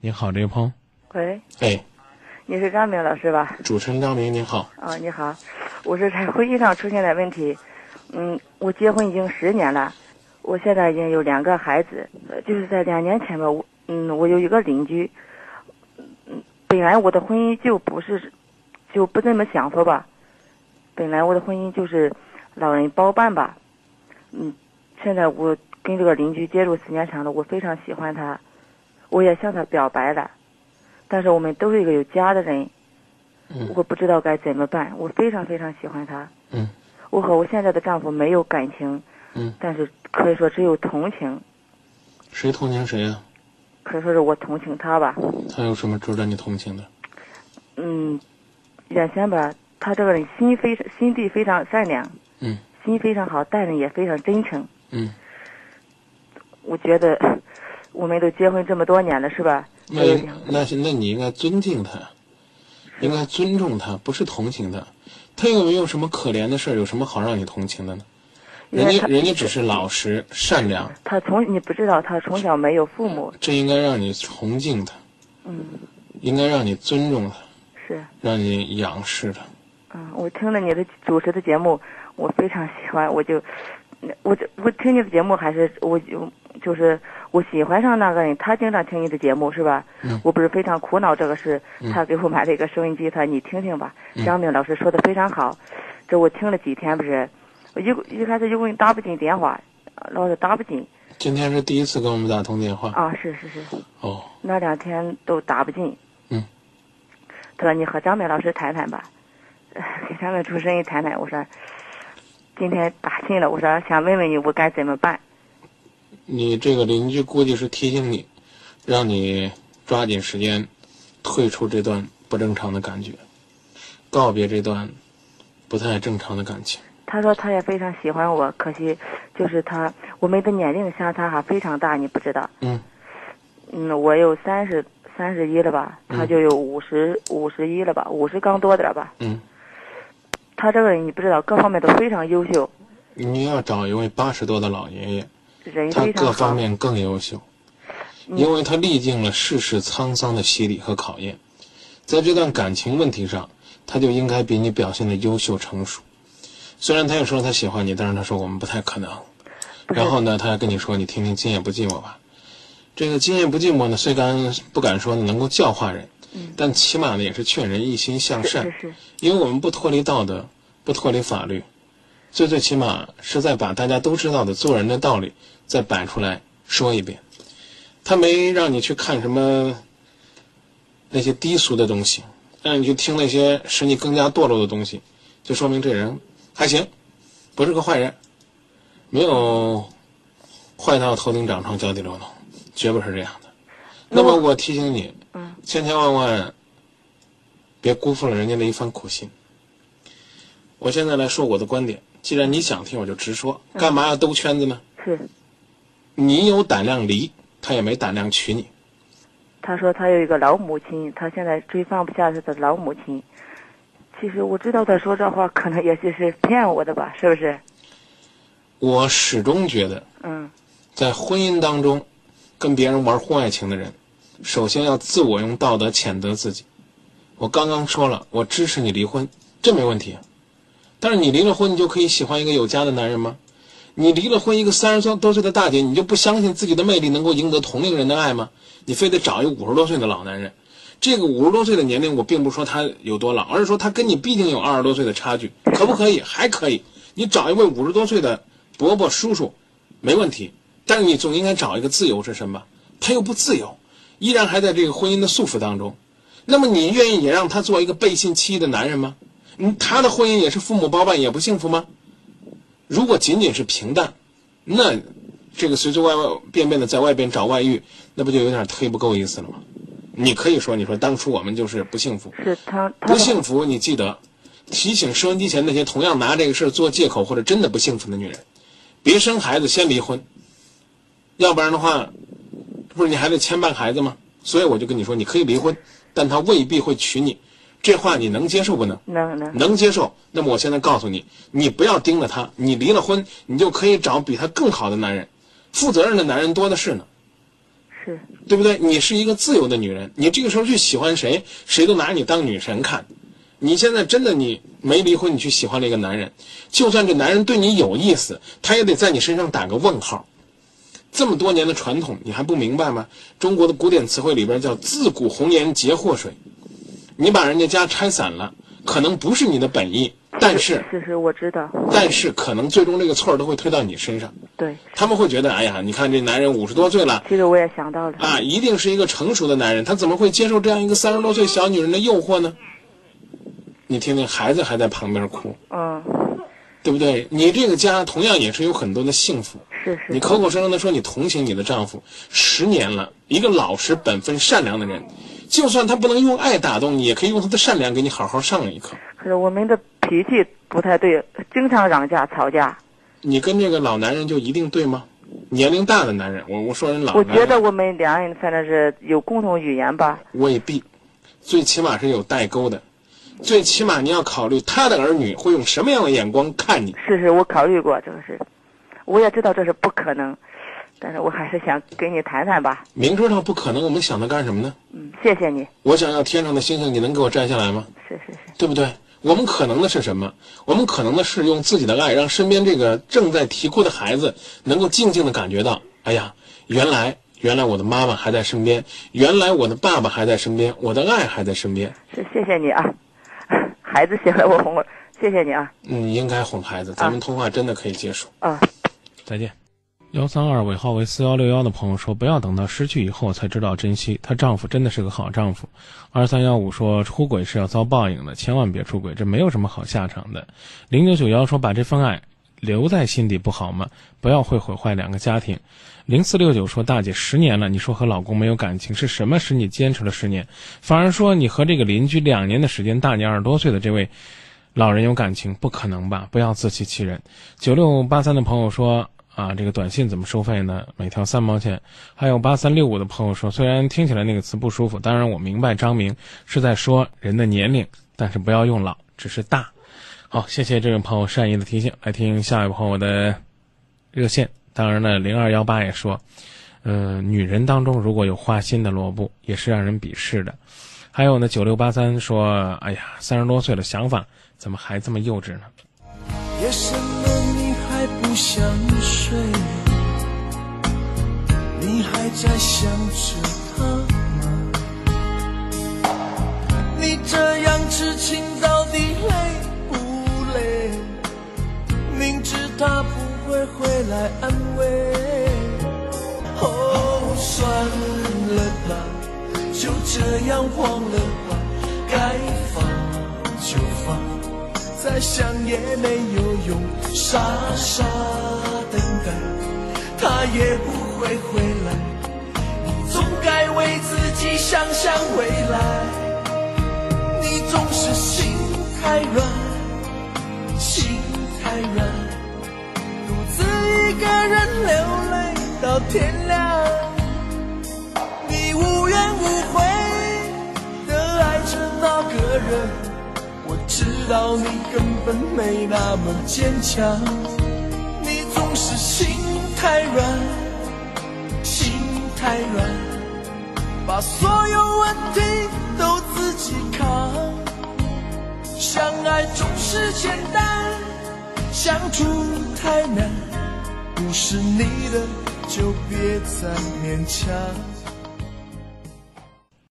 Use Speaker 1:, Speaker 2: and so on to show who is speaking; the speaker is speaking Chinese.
Speaker 1: 你好，这位朋友。
Speaker 2: 喂，
Speaker 3: 哎，
Speaker 2: 你是张明老师吧？
Speaker 3: 主持人张明您好，
Speaker 2: 啊、你好，我是在婚姻上出现点问题。嗯，我结婚已经十年了，我现在已经有两个孩子，呃就是在两年前吧，我嗯，我有一个邻居，嗯，本来我的婚姻就不是，就不这么享受吧，本来我的婚姻就是老人包办吧，嗯，现在我跟这个邻居接触时间长了，我非常喜欢他，我也向他表白了，但是我们都是一个有家的人，
Speaker 3: 嗯
Speaker 2: 我不知道该怎么办，我非常非常喜欢他。
Speaker 3: 嗯，
Speaker 2: 我和我现在的丈夫没有感情，
Speaker 3: 嗯，
Speaker 2: 但是可以说只有同情，
Speaker 3: 谁同情谁呀、
Speaker 2: 可以说是我同情他吧。
Speaker 3: 他有什么值得你同情的？
Speaker 2: 嗯，原先吧，他这个人心非心地非常善良，
Speaker 3: 嗯
Speaker 2: 心非常好，待人也非常真诚。
Speaker 3: 嗯，
Speaker 2: 我觉得我们都结婚这么多年了，是吧？哎
Speaker 3: 那
Speaker 2: 都有两
Speaker 3: 那是那你应该尊敬他，应该尊重他，不是同情他。他又没有什么可怜的事儿，有什么好让你同情的呢？
Speaker 2: 因
Speaker 3: 人
Speaker 2: 为
Speaker 3: 家
Speaker 2: 他
Speaker 3: 人家只是老实善良，
Speaker 2: 他从你不知道，他从小没有父母，
Speaker 3: 这应该让你崇敬他，
Speaker 2: 嗯，
Speaker 3: 应该让你尊重他，
Speaker 2: 是。
Speaker 3: 让你仰视他。
Speaker 2: 嗯，我听了你的主持的节目，我非常喜欢，我就，我这我听你的节目还是我就就是我喜欢上那个人，他经常听你的节目是吧？
Speaker 3: 嗯
Speaker 2: 我不是非常苦恼这个事，
Speaker 3: 嗯
Speaker 2: 他给我买了一个收音机，他说你听听吧，
Speaker 3: 嗯
Speaker 2: 张明老师说的非常好，这我听了几天不是，我一一开始一共打不进电话，老是打不进
Speaker 3: 今天是第一次给我们打通电话
Speaker 2: 啊，是是是，
Speaker 3: 哦，
Speaker 2: 那两天都打不进。
Speaker 3: 嗯。
Speaker 2: 他说：“你和张明老师谈谈吧， 呃给他们主持人谈谈。”我说：“今天打进了，我说想问问你，我该怎么办
Speaker 3: 你这个邻居估计是提醒你，让你抓紧时间退出这段不正常的感觉，告别这段不太正常的感情。？”
Speaker 2: 他说：“他也非常喜欢我，可惜就是他我们的年龄相差还非常大，你不知道。
Speaker 3: 嗯
Speaker 2: 嗯，我有三十三十一了吧，
Speaker 3: 嗯
Speaker 2: 他就有五十五十一了吧，五十刚多点儿吧。
Speaker 3: 嗯，
Speaker 2: 他这个人你不知道，各方面都非常优秀，
Speaker 3: 你要找一位八十多的老爷爷，
Speaker 2: 人
Speaker 3: 他
Speaker 2: 非常
Speaker 3: 各
Speaker 2: 好。嗯
Speaker 3: 方面更优秀，因为他历尽了世事沧桑的洗礼和考验，在这段感情问题上，他就应该比你表现的优秀成熟。虽然他也说他喜欢你，但是他说我们不太可能。
Speaker 2: 不是
Speaker 3: 然后呢，他还跟你说你听听《今夜不寂寞》吧。这个《今夜不寂寞》呢，虽然不敢说能够教化人，但起码呢也是劝人一心向
Speaker 2: 嗯是
Speaker 3: 善。
Speaker 2: 是是
Speaker 3: 因为我们不脱离道德，不脱离法律，最最起码是在把大家都知道的做人的道理再摆出来说一遍。他没让你去看什么那些低俗的东西，让你去听那些使你更加堕落的东西，就说明这人还行，不是个坏人，没有坏到头顶长疮脚底流脓，绝不是这样的。那么我提醒你，千千万万别辜负了人家的一番苦心。我现在来说我的观点，既然你想听，我就直说，干嘛要兜圈子呢？
Speaker 2: 是。
Speaker 3: 你有胆量离，他也没胆量娶你。
Speaker 2: 他说他有一个老母亲，他现在追放不下他的老母亲。其实我知道他说这话可能也许是骗我的吧，是不是？
Speaker 3: 我始终觉得，
Speaker 2: 嗯，
Speaker 3: 在婚姻当中，跟别人玩婚外情的人，首先要自我用道德谴责自己。我刚刚说了，我支持你离婚，这没问题、啊。但是你离了婚，你就可以喜欢一个有家的男人吗？你离了婚，一个三十多岁的大姐，你就不相信自己的魅力能够赢得同龄人的爱吗？你非得找一五十多岁的老男人。这个五十多岁的年龄，我并不说他有多老，而是说他跟你毕竟有二十多岁的差距，可不可以？还可以。你找一位五十多岁的伯伯叔叔，没问题。但是你总应该找一个自由之身吧？他又不自由，依然还在这个婚姻的束缚当中。那么你愿意也让他做一个背信弃义的男人吗？嗯，他的婚姻也是父母包办，也不幸福吗？如果仅仅是平淡，那这个随随外外便便的在外边找外遇，那不就有点忒不够意思了吗？你可以说，你说当初我们就是不幸福，
Speaker 2: 是他他
Speaker 3: 不幸福，你记得提醒收音机前那些同样拿这个事儿做借口或者真的不幸福的女人，别生孩子，先离婚，要不然的话，不是你还得牵绊孩子吗？所以我就跟你说，你可以离婚，但他未必会娶你，这话你能接受不能？
Speaker 2: 能能
Speaker 3: 能接受。那么我现在告诉你，你不要盯着他，你离了婚，你就可以找比他更好的男人，负责任的男人多的是呢。
Speaker 2: 是
Speaker 3: 对不对？你是一个自由的女人，你这个时候去喜欢谁，谁都拿你当女神看。你现在真的你没离婚，你去喜欢了一个男人，就算这男人对你有意思，他也得在你身上打个问号。这么多年的传统，你还不明白吗？中国的古典词汇里边叫“自古红颜劫祸水”，你把人家家拆散了，可能不是你的本意，但是
Speaker 2: 是是，我知道，
Speaker 3: 但是可能最终这个错儿都会推到你身上。
Speaker 2: 对，
Speaker 3: 他们会觉得，哎呀，你看这男人五十多岁了，
Speaker 2: 其实我也想到了，
Speaker 3: 啊，一定是一个成熟的男人，他怎么会接受这样一个三十多岁小女人的诱惑呢？你听听，孩子还在旁边哭，
Speaker 2: 嗯，
Speaker 3: 对不对？你这个家同样也是有很多的幸福。
Speaker 2: 是是
Speaker 3: 你，口口声声的说你同情你的丈夫，十年了，一个老实、本分、善良的人，就算他不能用爱打动你，也可以用他的善良给你好好上一课。
Speaker 2: 可是我们的脾气不太对，经常嚷架吵
Speaker 3: 啊
Speaker 2: 架。
Speaker 3: 你跟这个老男人就一定对吗？年龄大的男人，我我说人老
Speaker 2: 我
Speaker 3: 男人，
Speaker 2: 觉得我们两人反正是有共同语言吧。
Speaker 3: 未必，最起码是有代沟的，最起码你要考虑他的儿女会用什么样的眼光看你。
Speaker 2: 是是，我考虑过这个事，我也知道这是不可能，但是我还是想跟你谈谈吧。
Speaker 3: 明知道不可能，我们想他干什么呢？
Speaker 2: 嗯，谢谢你。
Speaker 3: 我想要天上的星星，你能给我摘下来吗？
Speaker 2: 是是是，
Speaker 3: 对不对？我们可能的是什么？我们可能的是用自己的爱，让身边这个正在啼哭的孩子能够静静的感觉到，哎呀，原来原来我的妈妈还在身边，原来我的爸爸还在身边，我的爱还在身边。
Speaker 2: 是谢谢你啊， 孩子写了我红，谢谢你啊
Speaker 3: 你嗯应该哄孩子，咱们通话真的可以结束。
Speaker 2: 啊。
Speaker 3: 再见。幺三二尾号为四幺六幺的朋友说：“不要等到失去以后才知道珍惜，她丈夫真的是个好丈夫。”二三幺五说：“出轨是要遭报应的，千万别出轨，这没有什么好下场的。”零九九幺说：“把这份爱留在心底不好吗？不要会毁坏两个家庭。”零四六九说：“大姐，十年了，你说和老公没有感情，是什么使你坚持了十年？反而说你和这个邻居两年的时间，大你二十多岁的这位老人有感情，不可能吧？不要自欺欺人。九六八三的朋友说啊，这个短信怎么收费呢？每条三毛钱。还有八三六五的朋友说，虽然听起来那个词不舒服，当然我明白张明是在说人的年龄，但是不要用老，只是大。好，谢谢这位朋友善意的提醒。来听下一位朋友的热线，当然了，零二幺八也说，呃，女人当中如果有花心的萝卜，也是让人鄙视的。还有呢，九六八三说，哎呀，三十多岁了，想法怎么还这么幼稚呢？
Speaker 1: 夜深了，你还不想睡？你还在想着他吗？你这样痴情到底累不累？明知他不会回来安慰，哦，算了吧，就这样忘了吧，该放就放。再想也没有用，傻傻等待，他也不会回来。你总该为自己想想未来，你总是心太软，心太软，独自一个人流泪到天亮。你无怨无悔的爱着那个人。我知道你根本没那么坚强，你总是心太软，心太软，把所有问题都自己扛。相爱总是简单，相处太难，不是你的就别再勉强。